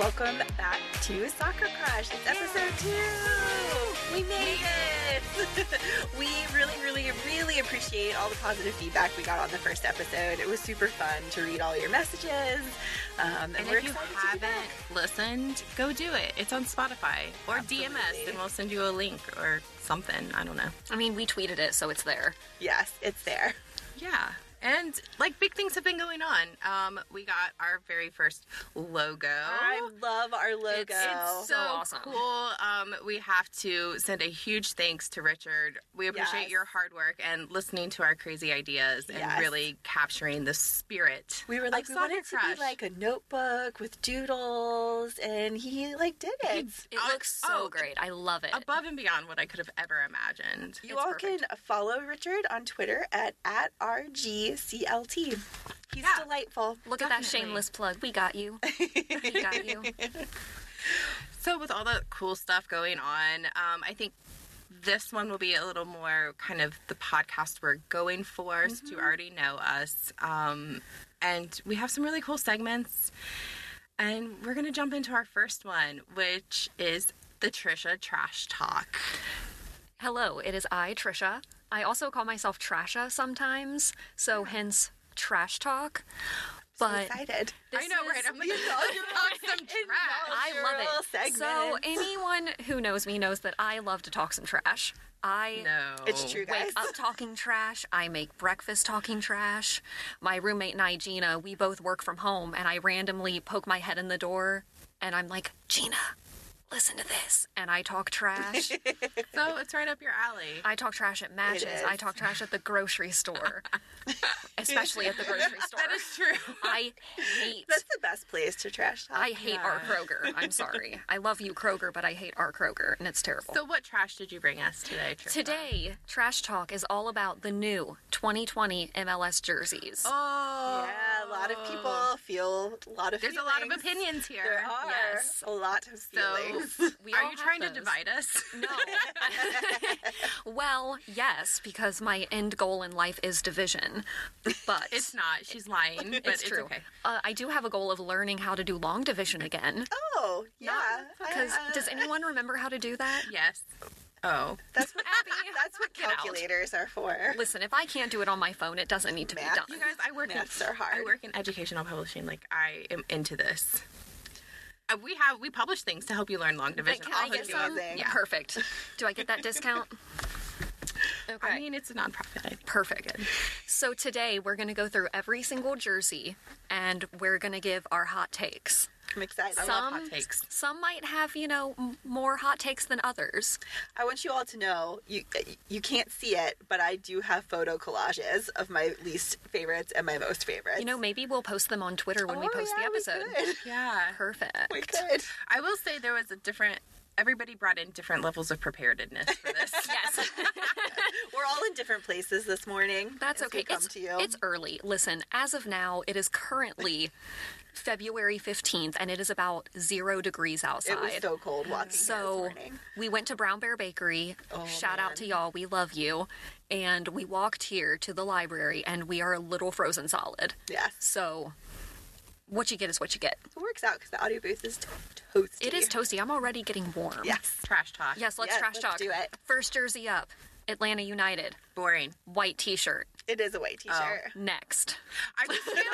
welcome back to Soccer Crush. It's episode two. We made it. we really, really, really appreciate all the positive feedback we got on the first episode. It was super fun to read all your messages. Um, and, And we're if you excited to be back. haven't listened, go do it. It's on Spotify or DM us, Absolutely. and we'll send you a link or something. I don't know. I mean, we tweeted it, so it's there. Yes, it's there. Yeah. And like big things have been going on. Um, we got our very first logo. I love our logo. Oh, It's, it's so, So awesome. cool. Um, we have to send a huge thanks to Richard. We appreciate Yes. your hard work and listening to our crazy ideas and Yes. really capturing the spirit. we were like, of we wanted Soccer to Crush. be like a notebook with doodles, and he like did it. It Oh, looks so oh, great. I love it. above and beyond what I could have ever imagined. You It's all perfect. can follow Richard on Twitter at, at RGCLT. He's Yeah. delightful. Look at that Definitely. shameless plug. We got you. we got you. So with all the cool stuff going on, um, I think this one will be a little more kind of the podcast we're going for, so Mm-hmm. you already know us. Um, and we have some really cool segments, and we're gonna jump into our first one, which is the Trisha Trash Talk. Hello, it is I, Trisha. I also call myself Trasha sometimes, so hence trash talk. But Excited. this I know, is- right? I'm like, "Y'all gonna talk some trash. I love it. Segment. So anyone who knows me knows that I love to talk some trash. I No, It's true, guys. wake up talking trash. I make breakfast talking trash. My roommate and I, Gina, we both work from home, and I randomly poke my head in the door, and I'm like, Gina, listen to this, and I talk trash. So it's right up your alley. I talk trash at matches. is. I talk trash at the grocery store, especially at the grocery store. That is true. I hate. That's the best place to trash talk. I hate our Kroger. I'm sorry. I love you, Kroger, but I hate our Kroger, and it's terrible. So what trash did you bring us today, Trisha? Today, Trash Talk is all about the new 2020 MLS jerseys. Oh, yeah, a lot of Oh. people feel a lot of There's a lot of feelings. opinions here. There are Yes. a lot of feelings. So, We are all you have trying those. to divide us? No. well, yes, because my end goal in life is division. But It's not. She's lying, but it's, it's true. okay. Uh, I do have a goal of learning how to do long division again. oh, yeah. I- uh, Because I- does anyone remember how to do that? Yes. Oh. that's what, Abby, that's what get out. calculators are for. Listen, if I can't do it on my phone, it doesn't need to Math. be You done. guys, I work Maths in are hard. I work in educational publishing. Like I am into this. Uh, we have we publish things to help you learn long division. Can I'll I hook get you up. some? amazing. Yeah. Perfect. Do I get that discount? Okay. I mean, it's a nonprofit. I think. Perfect. So today we're going to go through every single jersey and we're going to give our hot takes. I'm excited. love hot takes. Some might have, you know, m- more hot takes than others. I want you all to know you uh, you can't see it, but I do have photo collages of my least favorites and my most favorites. You know, maybe we'll post them on Twitter when we Oh, post yeah, we the episode. could. Yeah. Perfect. We could. I will say there was a different. Everybody brought in different levels of preparedness for this. Yes. We're all in different places this morning. That's as we okay. Come it's, to you. it's early. Listen, as of now, it is currently February 15th and it is about zero degrees outside. it was so cold walking So here this morning. Oh, we went to Brown Bear Bakery. Shout out to y'all. We love you. And we walked here to the library and we are a little frozen solid. Yes, So what you get is what you get. it works out because the audio booth is toasty. It is toasty. I'm already getting warm. Yes. Trash talk. Yes, let's Yes, trash let's talk. do it. First jersey up. Atlanta United. Boring. White t-shirt. It is a white Oh. T-shirt. Next. I just feel like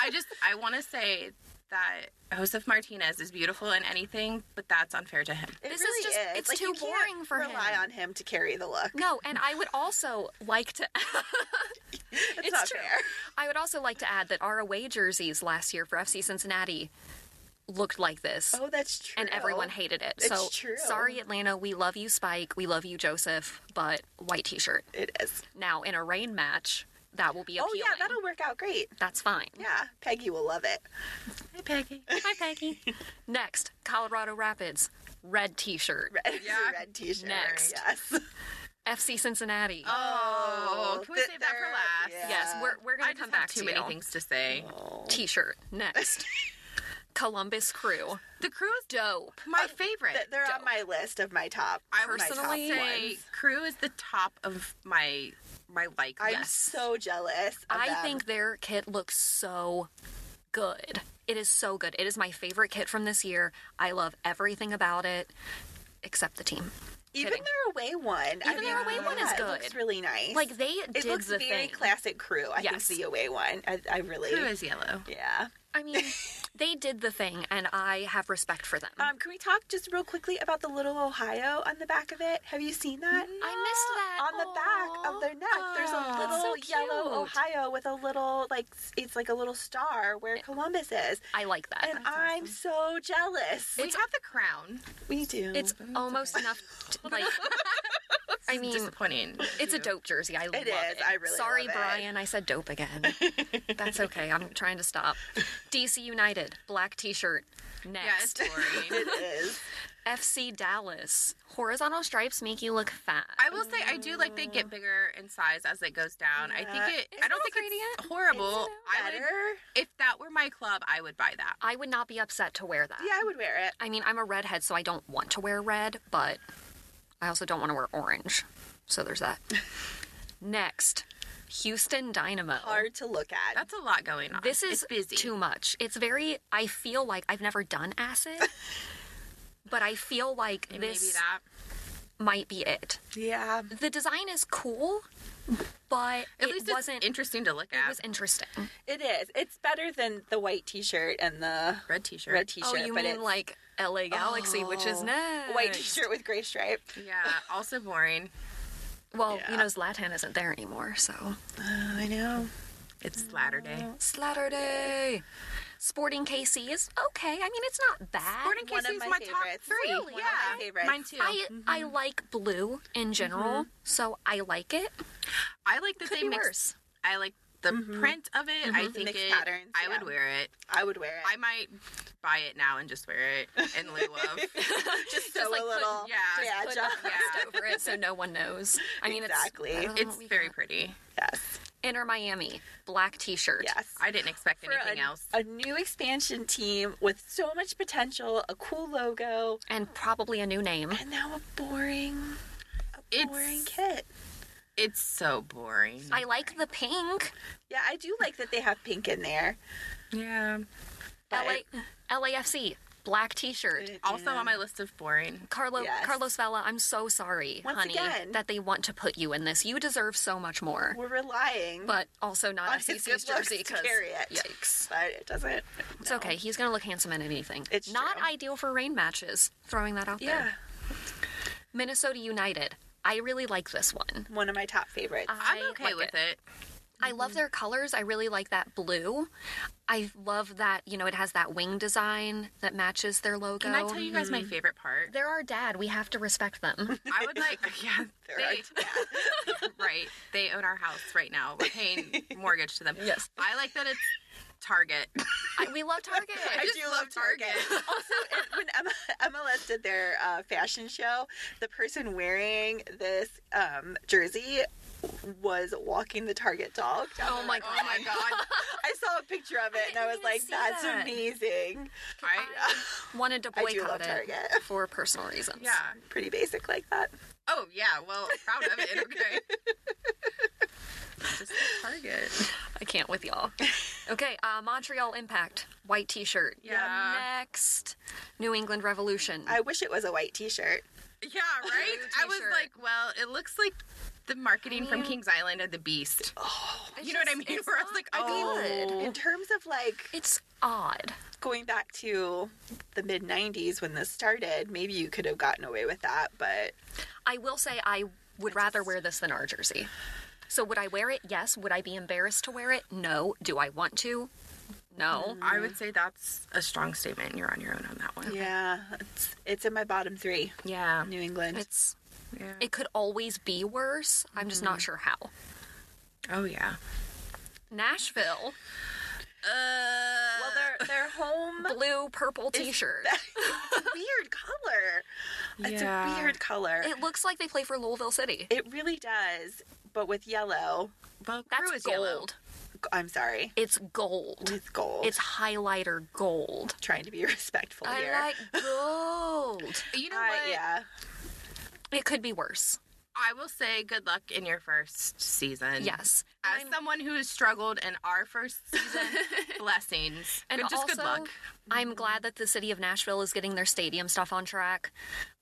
I just I want to say that Josef Martinez is beautiful in anything, but that's unfair to him. It This is really just- it's Like, too you can't boring for Rely him. on him to carry the look. No, and I would also like to It's, it's not true. fair. I would also like to add that our away jerseys last year for FC Cincinnati looked like this. Oh, that's true. and everyone hated it. It's so true. sorry, Atlanta. We love you, Spike. We love you, Joseph. But white T-shirt. It is. Now in a rain match, that will be Oh appealing. yeah, that'll work out great. That's fine. Yeah, Peggy will love it. Hey Peggy. Hi, Peggy. Next, Colorado Rapids, red T-shirt. Red, it's a Yeah. red T-shirt. Next. Yes. FC Cincinnati. Oh, can we th- save that for there- last? yeah. yes, we're we're I gonna just come have back too to many you. things to say. T-shirt. Next, Columbus Crew. The crew is Dope. my Oh, favorite. Th- They're on Dope. my list of my top. I my top personally say ones. crew is the top of my my like I'm list. so jealous. Of I them. think their kit looks so good. It is so good. It is my favorite kit from this year. I love everything about it except the team. Even Kidding. their away one. Even their away one is It looks good. really nice. Like they it did looks the very thing. classic crew. I Yes. think the away one. I, I really. Who is yellow? Yeah. I mean, they did the thing, and I have respect for them. Um, can we talk just real quickly about the little Ohio on the back of it? Have you seen that? Mm, I missed that. On the back Aw. of their neck, there's Aw. a That's so little yellow cute. Ohio with a little like s- it's like a little star where Columbus is, I like that. and I'm so jealous. We have the crown. we do. it's almost enough. To, like, I mean, Disappointing. it's a dope jersey. I love it. I really Sorry, love it. Brian. I said dope again. That's okay. I'm trying to stop. DC United black T-shirt. Yeah, it's Next, boring. it is. FC Dallas horizontal stripes make you look fat. I will say I do like they get bigger in size as it goes down. I think it. I don't that think gradient? it's horrible. I would, Better. if that were my club, I would buy that. I would not be upset to wear that. Yeah, I would wear it. I mean, I'm a redhead, so I don't want to wear red, but I also don't want to wear orange. So there's that. Next, Houston Dynamo. Hard to look at. That's a lot going on. This It's is busy. too much. It's very. I feel like I've never done acid, but I feel like And this Maybe that. might be it. yeah. The design is cool, but At it least wasn't. it's interesting to look it at. was interesting. It is. It's better than the white T-shirt and the red T-shirt. red T-shirt. Oh, you but mean it's like LA Galaxy, which is Oh, next. white T-shirt with gray stripe. Yeah. Also boring. Well, Yeah. you know, Zlatan isn't there anymore, so I know. It's Saturday. Mm. Saturday. Sporting KC is okay. I mean, it's not bad. Sporting One of KC is my my, top favorites. three. Really? One of Yeah. my favorites. Mine too. I, I I Mm-hmm. like blue in general, so I like it. like that Could they be mix. worse. I like the print of it. I think Mm-hmm. Mixed it. patterns, I yeah. would wear it. I would wear it. I might buy it now and just wear it in lieu of. just so like, a put- little. yeah, yeah, Put just- the crust over it so no one knows. I mean, Exactly. it's I don't know It's what Oh, we very got. pretty. yes. Inner Miami black T-shirt. Yes. I didn't expect For anything a, else. a new expansion team with so much potential, a cool logo, and probably a new name. and now a boring, a It's- boring kit. It's so boring. I like the pink. Yeah, I do like that they have pink in there. yeah. But LA, LAFC black T-shirt. Also on my list of boring. Carlo Yes. Carlos Vela, I'm so sorry, Once honey, again. that they want to put you in this. You deserve so much more. we're relying, But also not On his FCC's good looks jersey to because carry it. yikes. but it doesn't. It's okay. He's gonna look handsome in anything. It's not true. ideal for rain matches. Throwing that out Yeah, there. Minnesota United. I really like this one. one of my top favorites. I'm I okay like with it. I Mm-hmm. love their colors. I really like that blue. I love that you know it has that wing design that matches their logo. Can I tell you guys my favorite part? They're our dad. We have to respect them. I would like, yeah, They're they, right. They own our house right now. We're paying mortgage to them. Yes. I like that it's Target. I, we love Target. I do love Target. also, it, when Emma, MLS did their uh, fashion show, the person wearing this um, jersey was walking the Target dog. down Oh the my road. Oh my god. I saw a picture of it and I didn't was even like, see "That's that." amazing." I, Wanted to I do boycott love it Target. for personal reasons. yeah. Pretty basic like that. Oh yeah. Well, proud of it. Okay. Just Target. I can't with y'all. Okay, uh, Montreal Impact white T-shirt. Yeah. Next, New England Revolution. I wish it was a white T-shirt. Yeah, right? I was t-shirt. like, well, it looks like the marketing from King's Island of the Beast. you know what I mean? Where I was like, oh. good. In terms of like It's odd. going back to the mid '90s when this started, maybe you could have gotten away with that, but I will say I would rather wear this than our jersey. So would I wear it? Yes. Would I be embarrassed to wear it? No. Do I want to? No. I would say that's a strong statement. You're on your own on that one. yeah, it's it's in my bottom three. Yeah. New England. It's Yeah. it could always be worse. I'm just Mm-hmm. not sure how. oh, yeah. Nashville Uh, well, their their home blue purple T-shirt. weird color. It's a Yeah. weird color. It, It looks like they play for Louisville City. really does, but with yellow. well, That's crew is gold. yellow. I'm sorry, It's gold. with gold. It's highlighter gold. trying to be respectful here. I like gold. You know I- what? yeah. It could be worse. I will say good luck in your first season. Yes. As I'm- someone who has struggled in our first season, blessings. And good, just good also, luck. I'm glad that the city of Nashville is getting their stadium stuff on track.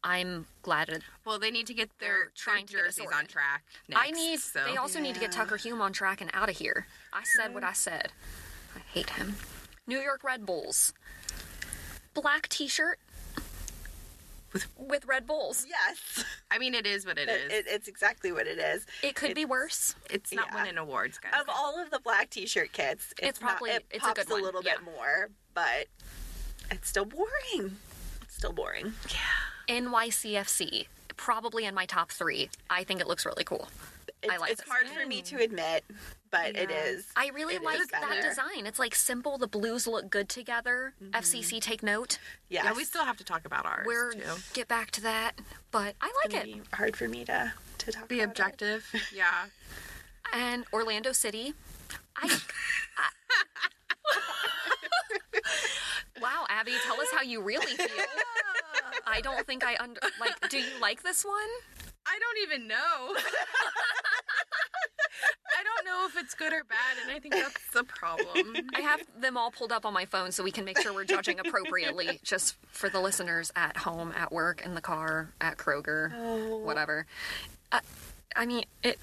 I'm glad. It, Well, they need to get They're their trying trying to get us jerseys on sorted. track. Next, I need. So. They also need to get Yeah. Tucker Hume on track and out of here. I said what I said. I hate him. New York Red Bulls. Black T-shirt with with Red Bulls. Yes, I mean, it is what it It- is. it- it's exactly what it is. It could be worse. it's not yeah. winning awards, guys. Of all of the black T-shirt kits, it's, not- probably- it it's a pops good one, little yeah. bit more, but it's still boring. It's still boring. NYCFC. Probably in my top three. I think it looks really cool. It's, like it's this hard for me to admit, but it Yeah. is. I really It like is that better. Mm-hmm. design. It's like simple. The blues look good together. FCC, take note. Yes. Yeah, we still have to talk about ours. We're too. get back to that, but I like it. It'd be hard for me to to talk. Be about it. objective. Yeah. And Orlando City, I. I- wow, Abby, tell us how you really feel. I don't think I under like. Do you like this one? I don't even know. I don't know if it's good or bad, and I think that's the problem. I have them all pulled up on my phone so we can make sure we're judging appropriately, just for the listeners at home, at work, in the car, at Kroger, Oh. whatever. Uh, I mean, it,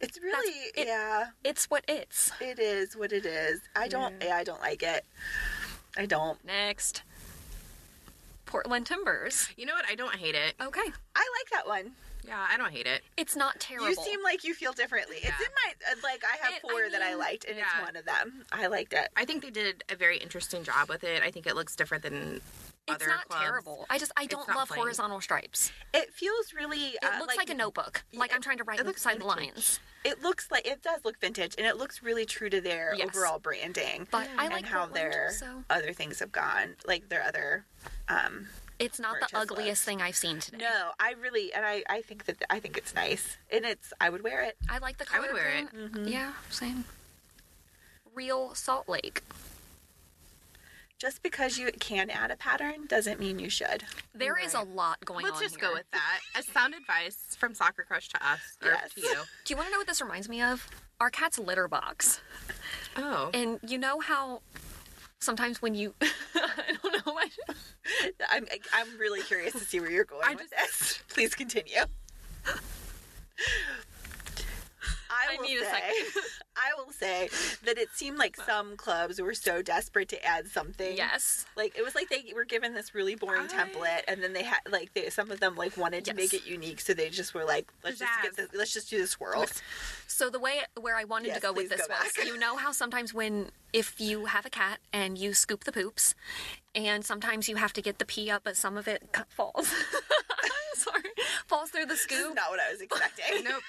It's really it- yeah. it's what it's. It is what it is. I don't. Yeah. I don't like it. I don't. Next, Portland Timbers. You know what? I don't hate it. Okay, I like that one. Yeah, I don't hate it. it's not terrible. You seem like you feel differently. Yeah. It's in my uh, like. I have It- I four that I mean, liked, and yeah. it's one of them. I liked it. I think they did a very interesting job with it. I think it looks different than It's other not clubs. terrible. I just I don't not love plain. Uh, horizontal stripes. It feels really. uh, It looks like, a notebook. Like I'm trying to write it looks inside the vintage. lines. It looks like it does look vintage, and it looks really true to their Yes. overall branding. But I like and how Portland, their so- other things have gone, like their other. Um, It's not the Purchase ugliest looks. thing I've seen today. no, I really and I. I think that I think it's nice, and it's. I would wear it. I like the I color. would wear it. Mm-hmm. green. Yeah, same. Real Salt Lake. Just because you can add a pattern doesn't mean you should. There is a lot going Let's on. just here. go with that as sound advice from Soccer Crush to us or Yes. to you. Do you want to know what this reminds me of? Our cat's litter box. Oh, And you know how sometimes when you, I don't know why. I'm I'm really curious to see where you're going I with just- this. Please continue. I I will need a say, second. I will say that it seemed like some clubs were so desperate to add something. Yes. Like it was like they were given this really boring I- template, and then they had like they, some of them like wanted to Yes. make it unique, so they just were like, let's just get Pizzazz. this, let's just do the swirls. So the way where I wanted to Yes, go with please this go was, back. you know how sometimes when if you have a cat and you scoop the poops, and sometimes you have to get the pee up, but some of it c- falls. Sorry, falls through the This is scoop. not what I was expecting. nope.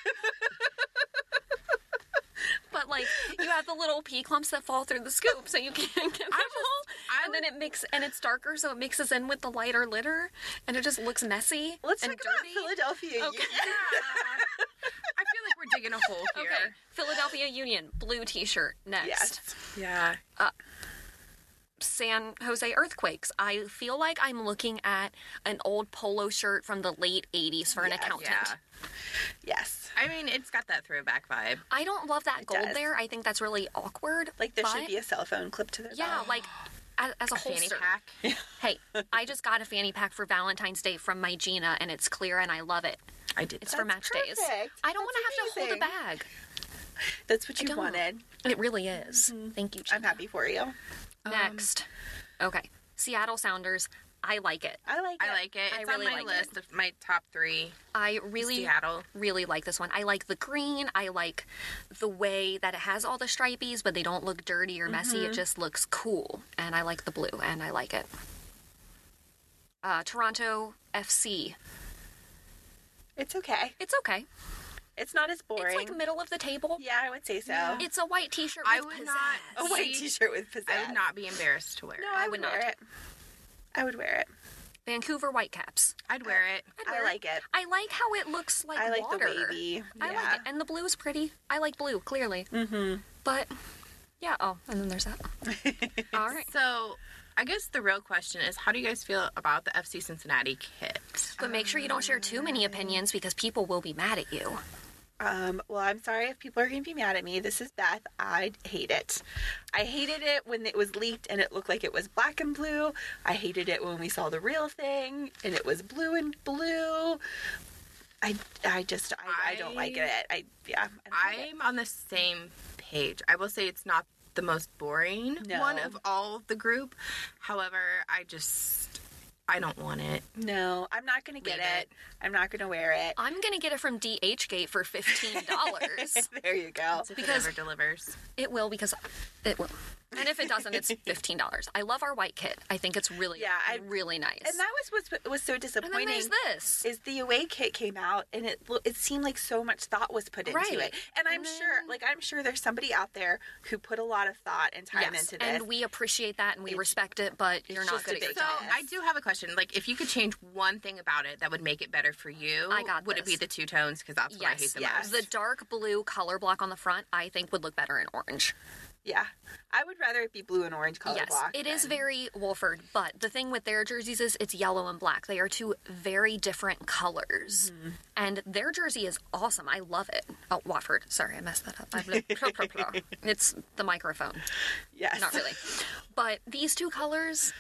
But like you have the little pee clumps that fall through the scoop, so you can't get them all. I and then it mix and it's darker, so it mixes in with the lighter litter, and it just looks messy Let's and talk dirty. about Philadelphia. Okay. Union. Yeah. I feel like we're digging a hole here. Okay, Philadelphia Union blue T-shirt next. Yes. Yeah. San Jose earthquakes. I feel like I'm looking at an old polo shirt from the late 80s for an Yes. accountant. Yeah. Yes. I mean, it's got that throwback vibe. I don't love that gold does. there. I think that's really awkward. Like there but- should be a cell phone clip to their Yeah, back. like as, as a, Fanny holster. pack. Hey, I just got a fanny pack for Valentine's Day from my Gina, and it's clear and I love it. I did. It's that. for match That's days. perfect. I don't want That's to have to hold a amazing. bag. That's what I you don't. wanted. It really is. Mm-hmm. Thank you, Gina. I'm happy for you. Um, Next. Okay. Seattle Sounders. I like it. I like it. I like it. I It's really on my like list of my top three. I really Seattle. really like this one. I like the green. I like the way that it has all the stripies, but they don't look dirty or messy. Mm-hmm. It just looks cool. And I like the blue, and I like it. Uh, Toronto FC. It's okay. It's okay. It's not as boring. It's like middle of the table. yeah, I would say so. It's a white T-shirt. I with would pizzazz. A not- white See, t-shirt with pizzazz. I would not be embarrassed to wear. No, it. I, would would not. wear it. I would wear it. Vancouver Whitecaps. I'd wear it. I'd I wear like it. I like how it looks like I like water. the wavy. I like it, and the blue is pretty. I like blue clearly. Mm-hmm. But yeah. Oh, and then there's that. all right. So I guess the real question is how do you guys feel about the FC Cincinnati kit? But make sure you don't share too many opinions because people will be mad at you. Um, well, I'm sorry if people are going to be mad at me. This is Beth. I hate it. I hated it when it was leaked and it looked like it was black and blue. I hated it when we saw the real thing and it was blue and blue. I, I just, I, I, don't like it. I, yeah. I, don't like it. I'm on the same page. I will say it's not the most boring No. one of all the group. However, I just I don't want it. no, I'm not going to get Leave it. it. I'm not going to wear it. I'm going to get it from DH Gate for $15. There you go. If it Because- ever delivers. it will because it will. And if it doesn't, it's $15. I love our white kit. I think it's really, Yeah, I- really nice. And that was what was so And then disappointing. there's this. is the away kit came out and it lo- it seemed like so much thought was put into Right. Mm-hmm. it and i'm And sure then- like i'm sure there's somebody out there who put a lot of thought and time into this and we appreciate that and we It's- respect it, but you're not just a good at your big So job. Yes. I do have a question. Like, if you could change one thing about it that would make it better for you, I got would it be this. the two tones? Because that's what I hate Yes, the yeah. most. the dark blue color block on the front, I think, would look better in orange. yeah i would rather it be blue and orange color yes, block it is than- very Wolford, but the thing with their jerseys is it's yellow and black. They are two very different colors, Mm-hmm. and their jersey is awesome. I love it. Oh, Wofford. Sorry, I messed that up. I'm like, pro, pro, pro. It's the microphone. yes Not really, but these two colors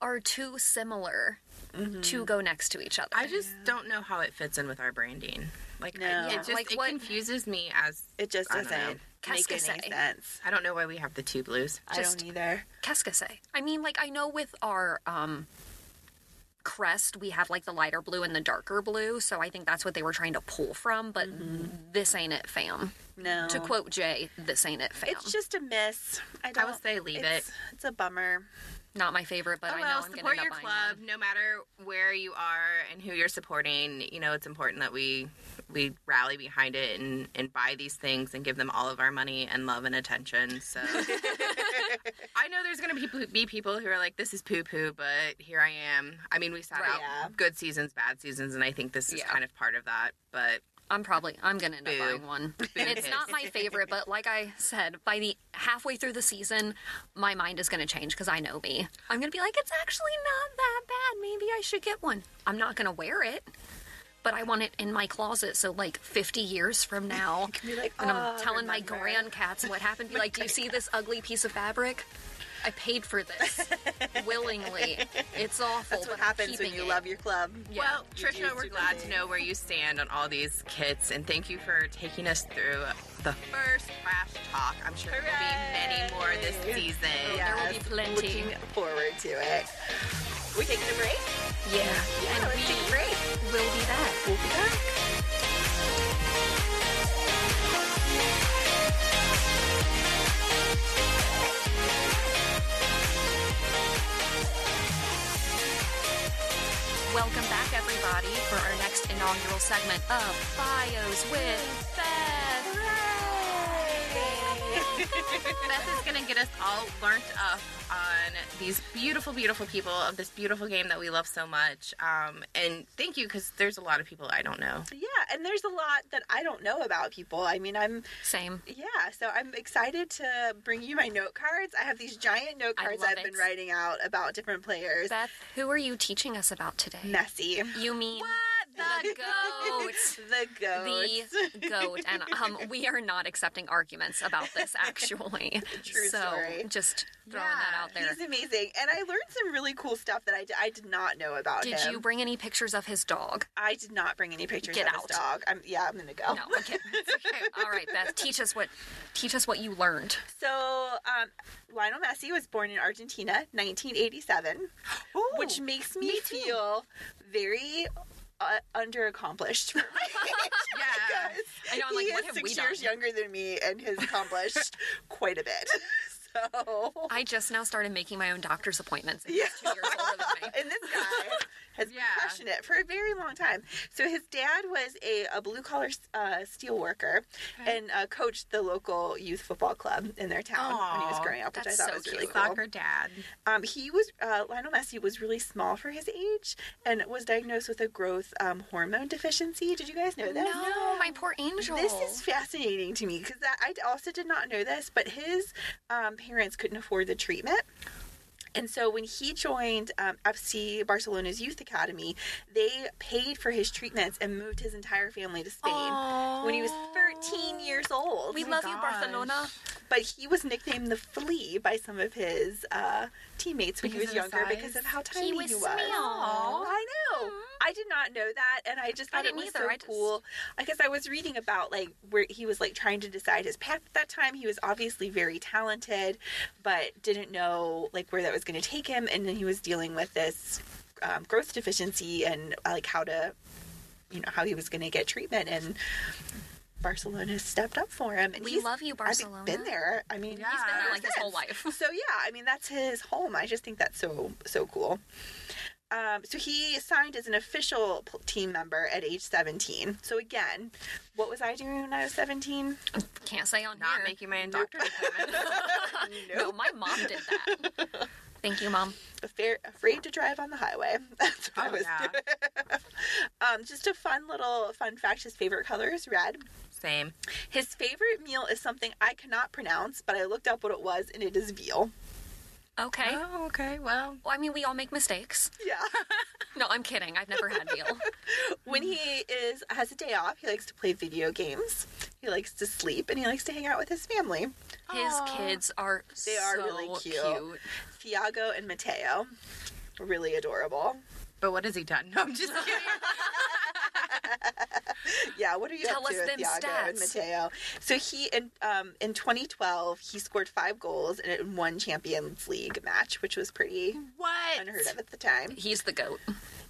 are too similar Mm-hmm. to go next to each other. I just don't know how it fits in with our branding. Like, No. I, it just Like it what- confuses me. As it just I don't know. doesn't make any Cascase. sense I don't know why we have the two blues. i Just- don't either Keskese. I mean, like I know with our um crest we have like the lighter blue and the darker blue, so I think that's what they were trying to pull from. But Mm-hmm. this ain't it, fam. no Oh. To quote Jay, this ain't it, fam. it's just a miss i I don't would say leave it's, it. it's a bummer Not my favorite, but Oh I know well, I'm support gonna your end up buying club, one. no matter where you are and who you're supporting. You know, it's important that we we rally behind it and and buy these things and give them all of our money and love and attention. So I know there's gonna be people, be people who are like, "This is poo poo," but here I am. I mean, we sat Right, out yeah. good seasons, bad seasons, and I think this is Yeah. kind of part of that. But I'm probably I'm gonna end up Boo. buying one. And it's piss. not my favorite, but like I said, by the halfway through the season, my mind is gonna change because I know me. I'm gonna be like, it's actually not that bad. Maybe I should get one. I'm not gonna wear it, but I want it in my closet. So like 50 years from now, be like, and I'm "Oh, telling my remember." grandcats what happened. Be like, do you see this ugly piece of fabric? I paid for this willingly. It's awful. that's what but I'm happens when keeping you it. love your club well, you do Trisha, we're do glad that. to know where you stand on all these kits, and thank you for taking us through the first crash talk. I'm sure there will be many more this Hooray. season. there will be Yes, plenty. looking forward to it we taking a break Yeah. yeah and let's we take a break will be back. we'll be back Welcome back, everybody, for our next inaugural segment of Bios with Beth. Beth is going to get us all learned up on these beautiful, beautiful people of this beautiful game that we love so much. Um, and thank you, because there's a lot of people I don't know. Yeah, and there's a lot that I don't know about people. I mean, I'm Same. yeah, so I'm excited to bring you my note cards. I have these giant note I cards love I've it. been writing out about different players. Beth, who are you teaching us about today? Messy. You mean the goat. the goats. The goat. And um, we are not accepting arguments about this, actually. True so story. just throwing Yeah, that out there. He's amazing, and I learned some really cool stuff that I, d- I did not know about Did him. you bring any pictures of his dog? I did not bring any pictures Get of out. his dog. I'm, yeah, I'm gonna go. No, I'm kidding. It's okay. All right, Beth, teach us what teach us what you learned. So um, Lionel Messi was born in Argentina, 1987. which makes me, me too. feel very uh, underaccomplished. For Oh my yeah. age. I know, I'm like, he what is have we six done? years younger than me and has accomplished quite a bit. So, I just now started making my own doctor's appointments. and Yeah. he's two years older than me. and this guy has been Yeah. crushing it for a very long time. So his dad was a, a blue collar uh, steel worker and uh, coached the local youth football club in their town when he was Aw, growing up, which I that's thought so was really cute. cool. Soccer dad. Um, he was uh, Lionel Messi was really small for his age and was diagnosed with a growth um, hormone deficiency. Did you guys know that? No, my poor angel. This is fascinating to me because I also did not know this, but his um, parents couldn't afford the treatment. And so when he joined um, FC Barcelona's youth academy, they paid for his treatments and moved his entire family to Spain when he was 13 years old. We my love you, gosh. Barcelona. but he was nicknamed the Flea by some of his uh, teammates when Because he of was the younger size? because of how tiny he was. was small. I know. I did not know that, and I just I thought it didn't was either. so I just- cool because I was reading about like where he was like trying to decide his path at that time. He was obviously very talented, but didn't know like where that was going to take him, and then he was dealing with this um, growth deficiency and uh, like how to, you know, how he was going to get treatment and. Barcelona stepped up for him, and We he's love you, I've Barcelona. been there. I mean, Yeah. He's been there like his whole since. life. So yeah, I mean that's his home. I just think that's so so cool. Um, so he signed as an official p- team member at age 17. So again, what was I doing when I was 17? Can't say on Not here. making my own doctor appointment. No, my mom did that. Thank you, mom. Affair, afraid to drive on the highway. That's what I Oh, was yeah. doing. Um, just a fun little fun fact. His favorite color is red. Same. His favorite meal is something I cannot pronounce, but I looked up what it was, and it is veal. Okay. Oh, okay. Well, Well, I mean, we all make mistakes. Yeah. No, I'm kidding. I've never had veal. when he is has a day off, he likes to play video games. He likes to sleep and he likes to hang out with his family. His Aw. kids are They are so really cute. Thiago and Mateo, really adorable. but what has he done? No, I'm just kidding. Yeah, what are you Tell up to, us them Thiago and stats. Mateo? So he in um, in 2012 he scored five goals in one Champions League match, which was pretty what? unheard of at the time. He's the goat.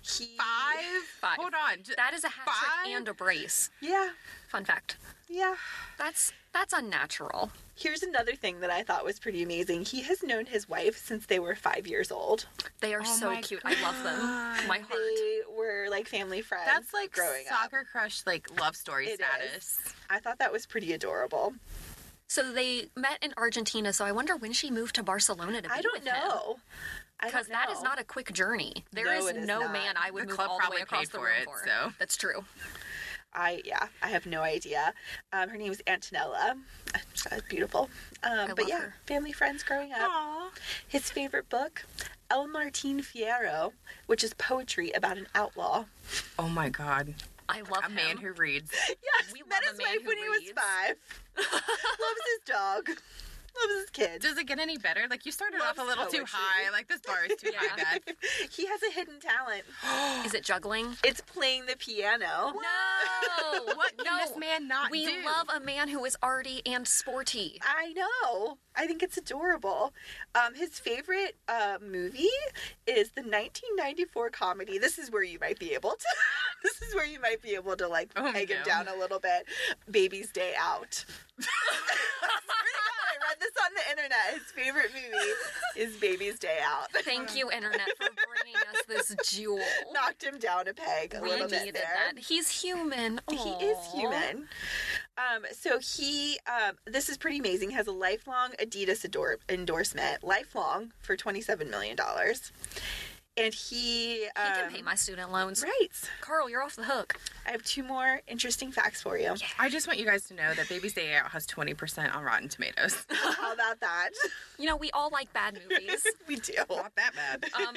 He Five? Five. Hold on. J- That is a hat Five? trick and a brace. yeah Fun fact. yeah. That's that's unnatural. Here's another thing that I thought was pretty amazing. He has known his wife since they were five years old. They are Oh so my cute. I love them. My heart. they were like family friends. That's like growing up. soccer crush, like love story It is. status. I thought that was pretty adorable. So they met in Argentina. So I wonder when she moved to Barcelona to be I don't know. I Because don't that is know. not a quick journey. There No, is it is no not. man I would The move club all the probably way across paid the for room it, for. so. That's true. I yeah. I have no idea. Um, her name is Antonella. She's beautiful. Um, I but love yeah, her. family friends growing up. Aw. His favorite book, El Martin Fierro, which is poetry about an outlaw. Oh my god. I love A man him. who reads. Yes, We met love a his man wife who when he was reads. five. Loves his dog. Loves his kids. Does it get any better? Like you started Loves off a little too poetry. high. Like this bar is too Yeah. high, Beth. he has a hidden talent. Is it juggling? It's playing the piano. No. What can no. this man not we do? love a man who is arty and sporty. I know. I think it's adorable. Um, his favorite uh, movie is the 1994 comedy. This is where you might be able to. this is where you might be able to like Oh, peg him no. down a little bit. Baby's Day Out. I swear to God, I read this on the internet. His favorite movie is Baby's Day Out. Thank you, internet, for bringing us this jewel. Knocked him down a peg a we little needed bit there. that. He's human. He is Aw. human. Um, so he, um, this is pretty amazing. Has a lifelong Adidas ador- endorsement, lifelong for twenty seven million dollars, and he. He Um, can pay my student loans. Right. Carl, you're off the hook. I have two more interesting facts for you. I just want you guys to know that Baby's Day Out has 20% on Rotten Tomatoes. How about that? You know, we all like bad movies. we do. Not that bad. Um,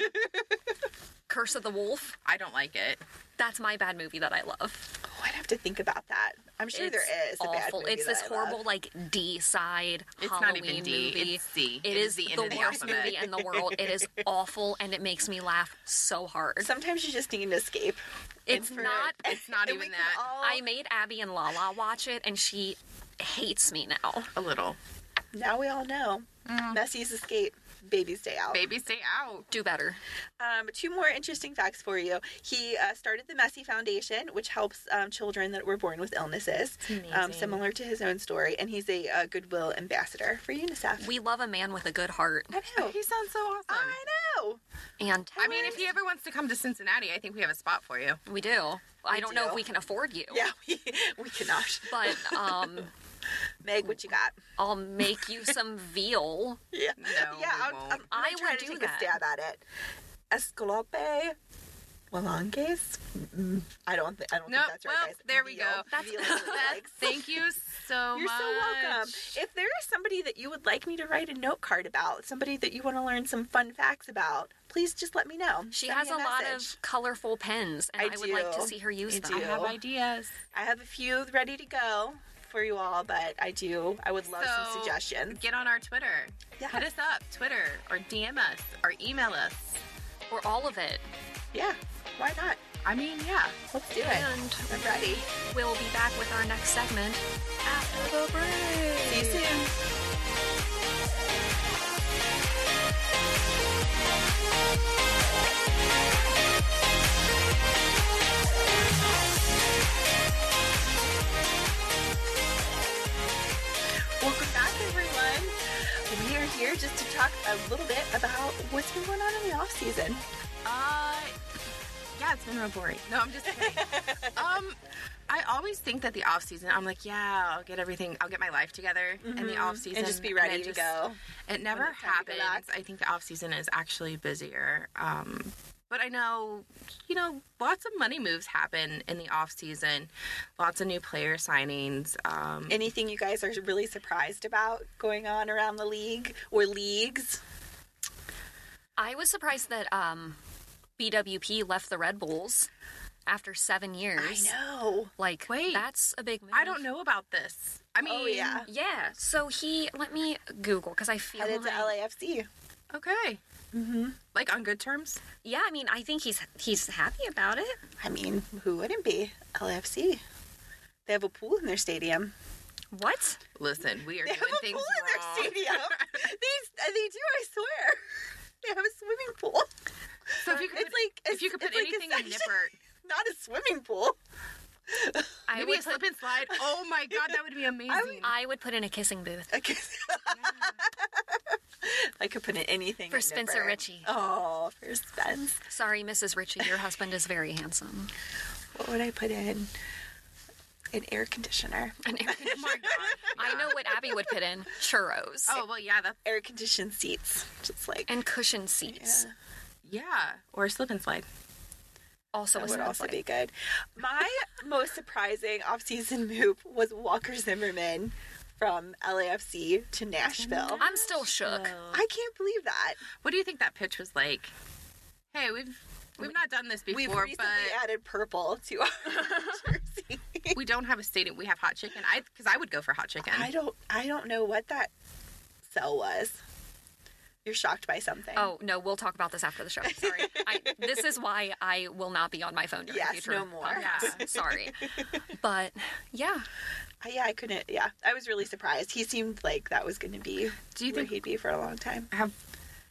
Curse of the Wolf. I don't like it. That's my bad movie that I love. Oh, I'd have to think about that. I'm sure it's there is a awful. bad movie it's that this I horrible love. like D side It's Halloween not even D. movie. It's C. It is the, end of the worst alphabet. movie in the world. It is awful, and it makes me laugh so hard. Sometimes you just need an escape. It's for- not. It's not and we can even that. all- I made Abby and Lala watch it, and she hates me now. A little. now we all know. Mm. Messy's escape. Baby's day out. Baby's Day Out. Do better. Um, two more interesting facts for you. He uh, started the Messy Foundation, which helps um, children that were born with illnesses, um, amazing. similar to his own story. And he's a, uh Goodwill ambassador for UNICEF. We love a man with a good heart. I know. He sounds so awesome. Oh. I know. And I mean, if he ever wants to come to Cincinnati, I think we have a spot for you. we do. I don't know do. if we can afford you. Yeah, we, we cannot. But um, Meg, what you got? I'll make you some veal. Yeah, No, yeah. we I'm, I'm, won't. I'm I trying would to do take that. a stab at it. Escalope Walanges? Mm, I don't. Th- I don't Nope. think that's right. Well, guys. there we go. That's That- thank you so You're much. so welcome. If there is somebody that you would like me to write a note card about, somebody that you want to learn some fun facts about, please just let me know. She Send has me a lot message. of colorful pens, and I I, would like to do. see her use I them. do. I have ideas. I have a few ready to go for you all, but I do. I would love So- some suggestions. Get on our Twitter. Yeah. Hit us up, Twitter, or DM us, or email us. Or all of it. Yeah, why not? I mean, yeah. Let's do it. And I'm ready. we'll be back with our next segment after the break. See you soon. Welcome back, everyone. We are here just to talk a little bit about what's been going on in the off season. Uh, yeah, it's been real boring. No, I'm just kidding. um, I always think that the off season, I'm like, yeah, I'll get everything, I'll get my life together in the off season Mm-hmm. and just be ready I to just- go. It never it's time to go happens. back. I think the off season is actually busier. Um, but I know, you know, lots of money moves happen in the off season. Lots of new player signings. Um, Anything you guys are really surprised about going on around the league or leagues? I was surprised that um, BWP left the Red Bulls after seven years. know. Like, Wait. that's a big move. I don't know about this. I mean, Oh yeah. Yeah. So he, let me Google because I feel Headed to like- LAFC. Okay. Mm-hmm. Like on good terms. Yeah, I mean, I think he's he's happy about it. I mean, who wouldn't be? LAFC. They have a pool in their stadium. What? Listen, we are They have doing a things pool wrong. in their stadium. they, they do, I swear. They have a swimming pool. So if you could It's put, like if you could it's put like a anything in section- Nippert, Not a swimming pool. I maybe would a slip and slide. Oh my god, that would be amazing. I would put in a kissing booth I guess. I could put in anything for in Spencer Nipper. Ritchie. Oh, for Spence. Sorry, Mrs. Ritchie, your husband is very handsome. What would I put in? An air conditioner. An air conditioner. oh my god. I know what Abby would put in churros Oh well, yeah, that's Air conditioned seats. Just like and cushion seats. Yeah. yeah, or a slip and slide. Also, that a would sound also bite. be good. My most surprising off-season move was Walker Zimmerman from LAFC to Nashville. I'm still shook. I can't believe that. What do you think that pitch was like? Hey, we've we've not done this We've before, recently but added purple to our jersey. we don't have a stadium. We have hot chicken. I because I would go for hot chicken. I don't I don't know what that cell was. You're shocked by something. Oh no, we'll talk about this after the show. Sorry, I, this is why I will not be on my phone during Yes, future no more. podcasts. Sorry, but yeah, Uh, yeah, I couldn't. Yeah, I was really surprised. He seemed like that was going to be Do you where think- he'd be for a long time. have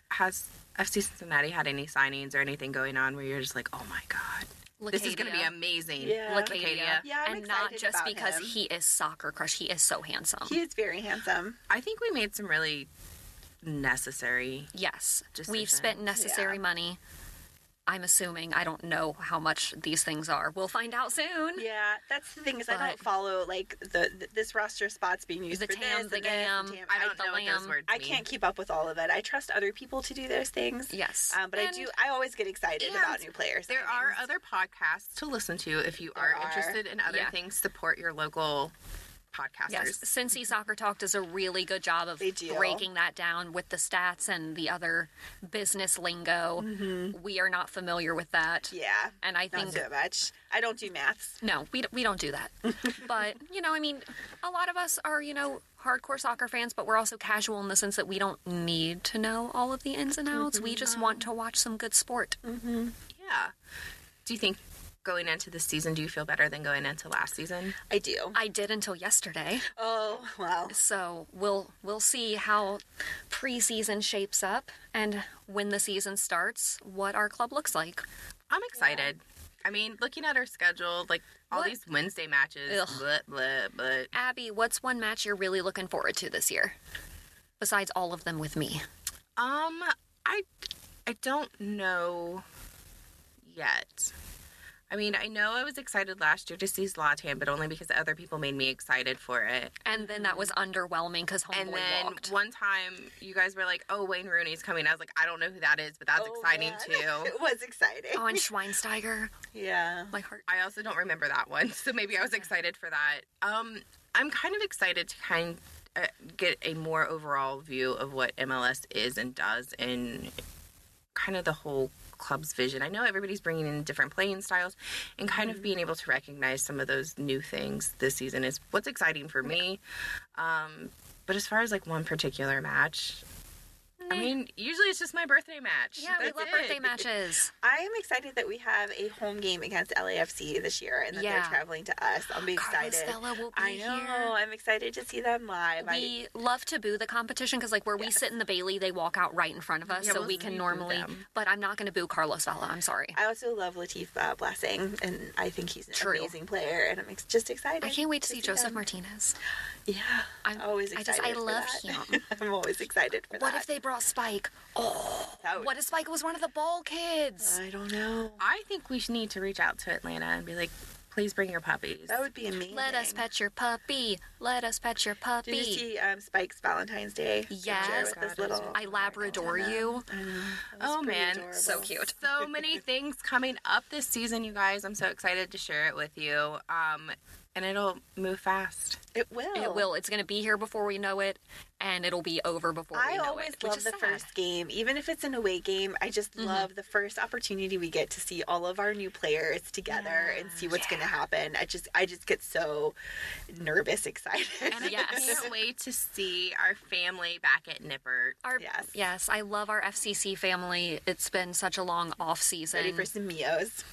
has FC Cincinnati had any signings or anything going on where you're just like, oh my god, this is going to be Lacadia. amazing. Yeah. Lacadia. Yeah, I'm and not excited just about because him. he is soccer crush. He is so handsome. He is very handsome. I think we made some really necessary. yes, Just we've isn't. spent necessary Yeah. money. I'm assuming. I don't know how much these things are. We'll find out soon. Yeah, that's the thing is I don't But- follow like the, th this roster spots being used The for tam, this the and this and gam. tam. I um, I, don't the know what those lamb. words I mean. can't keep up with all of it. I trust other people to do those things. Yes. Um, but I And- do. I always get excited And about new players. There are other podcasts to listen to if you There are, are. interested in other Yeah. things. Support your local podcasters. Yes, Cincy Soccer Talk does a really good job of Mm-hmm. They do. breaking that down with the stats and the other business lingo. We are not familiar with that, Mm-hmm. Yeah. and I Not think so much. I don't do maths. no, we don't- we don't do that. but you know, I mean, a lot of us are you know hardcore soccer fans, but we're also casual in the sense that we don't need to know all of the ins and outs. Mm-hmm. We just want to watch some good sport. Yeah. Do you think going into this season, do you feel better than going into last season? I do. I did until yesterday, Oh well. so we'll we'll see how preseason shapes up and when the season starts, what our club looks like. I'm excited. I mean, looking at our schedule, like all What- these Wednesday matches, Ugh. but but but Abby, what's one match you're really looking forward to this year? Besides all of them with me. um, I I don't know yet. I mean, I know I was excited last year to see Zlatan, but only because other people made me excited for it. And then that was underwhelming because Homeboy And then walked. one time you guys were like, "Oh, Wayne Rooney's coming." I was like, "I don't know who that is, but that's Oh, exciting man. too." It was exciting. Oh, and Schweinsteiger. yeah. My heart. I also don't remember that one, so maybe I was excited for that. Um, I'm kind of excited to kind uh, get a more overall view of what MLS is and does, and kind of the whole club's vision. I know everybody's bringing in different playing styles, and kind Mm-hmm. of being able to recognize some of those new things this season is what's exciting for me. Um, but as far as like one particular match. I mean, usually it's just my birthday match. Yeah, we That's love it. birthday matches. I am excited that we have a home game against LAFC this year and that Yeah. they're traveling to us. I'll be Carlos excited. Vela will be I know. here. I'm excited to see them live. I, we love to boo the competition because like where we sit in the Bailey, they walk out right in front of us, Yeah, so we'll we can boo normally. them. But I'm not going to boo Carlos Vela. I'm sorry. I also love Latif uh, Blessing, and I think he's an True. amazing player, and I'm ex- just excited. I can't wait to see Joseph them. Martinez. Yeah, I'm- I'm always I excited. just- I for love that. him. I'm always excited for What that. if they brought Spike? Oh, That would- what if Spike was one of the ball kids? I don't know. I think we should need to reach out to Atlanta and be like, please bring your puppies. That would be amazing. Let us pet your puppy. Let us pet your puppy. Did you see um, Spike's Valentine's Day? picture Yes. with his God, it was little. I Labrador you. That was oh pretty man, adorable. So cute. So many things coming up this season, you guys. I'm so excited to share it with you. Um, and it'll move fast. It will. It will. It's going to be here before we know it, and it'll be over before we I know always it. which love is the sad. Mm-hmm. first game, even if it's an away game. I just love the first opportunity we get to see all of our new players together and see what's going to happen. I just, I just get so nervous, excited. And I Yes. can't wait to see our family back at Nippert. Our, yes. Yes. I love our FCC family. It's been such a long off season. Ready for some Mios.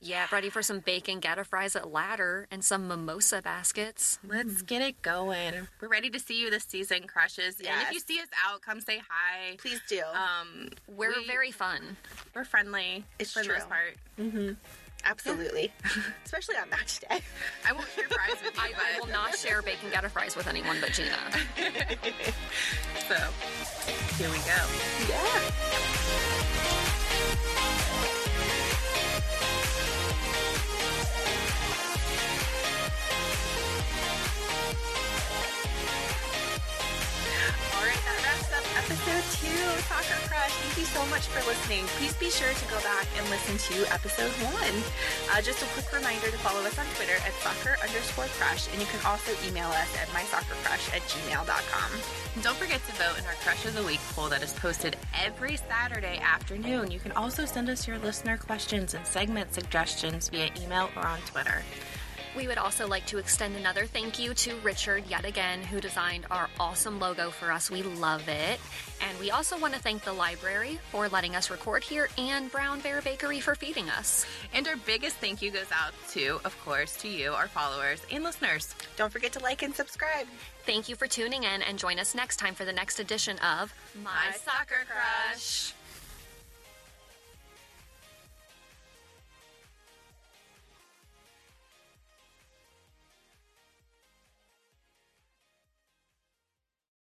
yeah, ready for some bacon gator fries at Ladder and some mimosa baskets. Let's Mm-hmm. get it going. We're ready to see you this season, crushes. And if Yes. you see us out, come say hi. Please do. Um, We're We- very fun. we're friendly It's for the most true. part. Absolutely. Especially on match day. I won't share fries with you, I, I will but- not share bacon gator fries with anyone but Gina. So here we go. Yeah. All right, that wraps up episode two of Soccer Crush. Thank you so much for listening. Please be sure to go back and listen to episode one. Uh, just a quick reminder to follow us on Twitter at soccer underscore crush, and you can also email us at mysoccercrush at gmail.com. And Don't forget to vote in our Crush of the Week poll that is posted every Saturday afternoon. You can also send us your listener questions and segment suggestions via email or on Twitter. We would also like to extend another thank you to Richard yet again, who designed our awesome logo for us. We love it. And we also want to thank the library for letting us record here and Brown Bear Bakery for feeding us. And our biggest thank you goes out to, of course, to you, our followers and listeners. Don't forget to like and subscribe. Thank you for tuning in and join us next time for the next edition of My, Soccer Crush.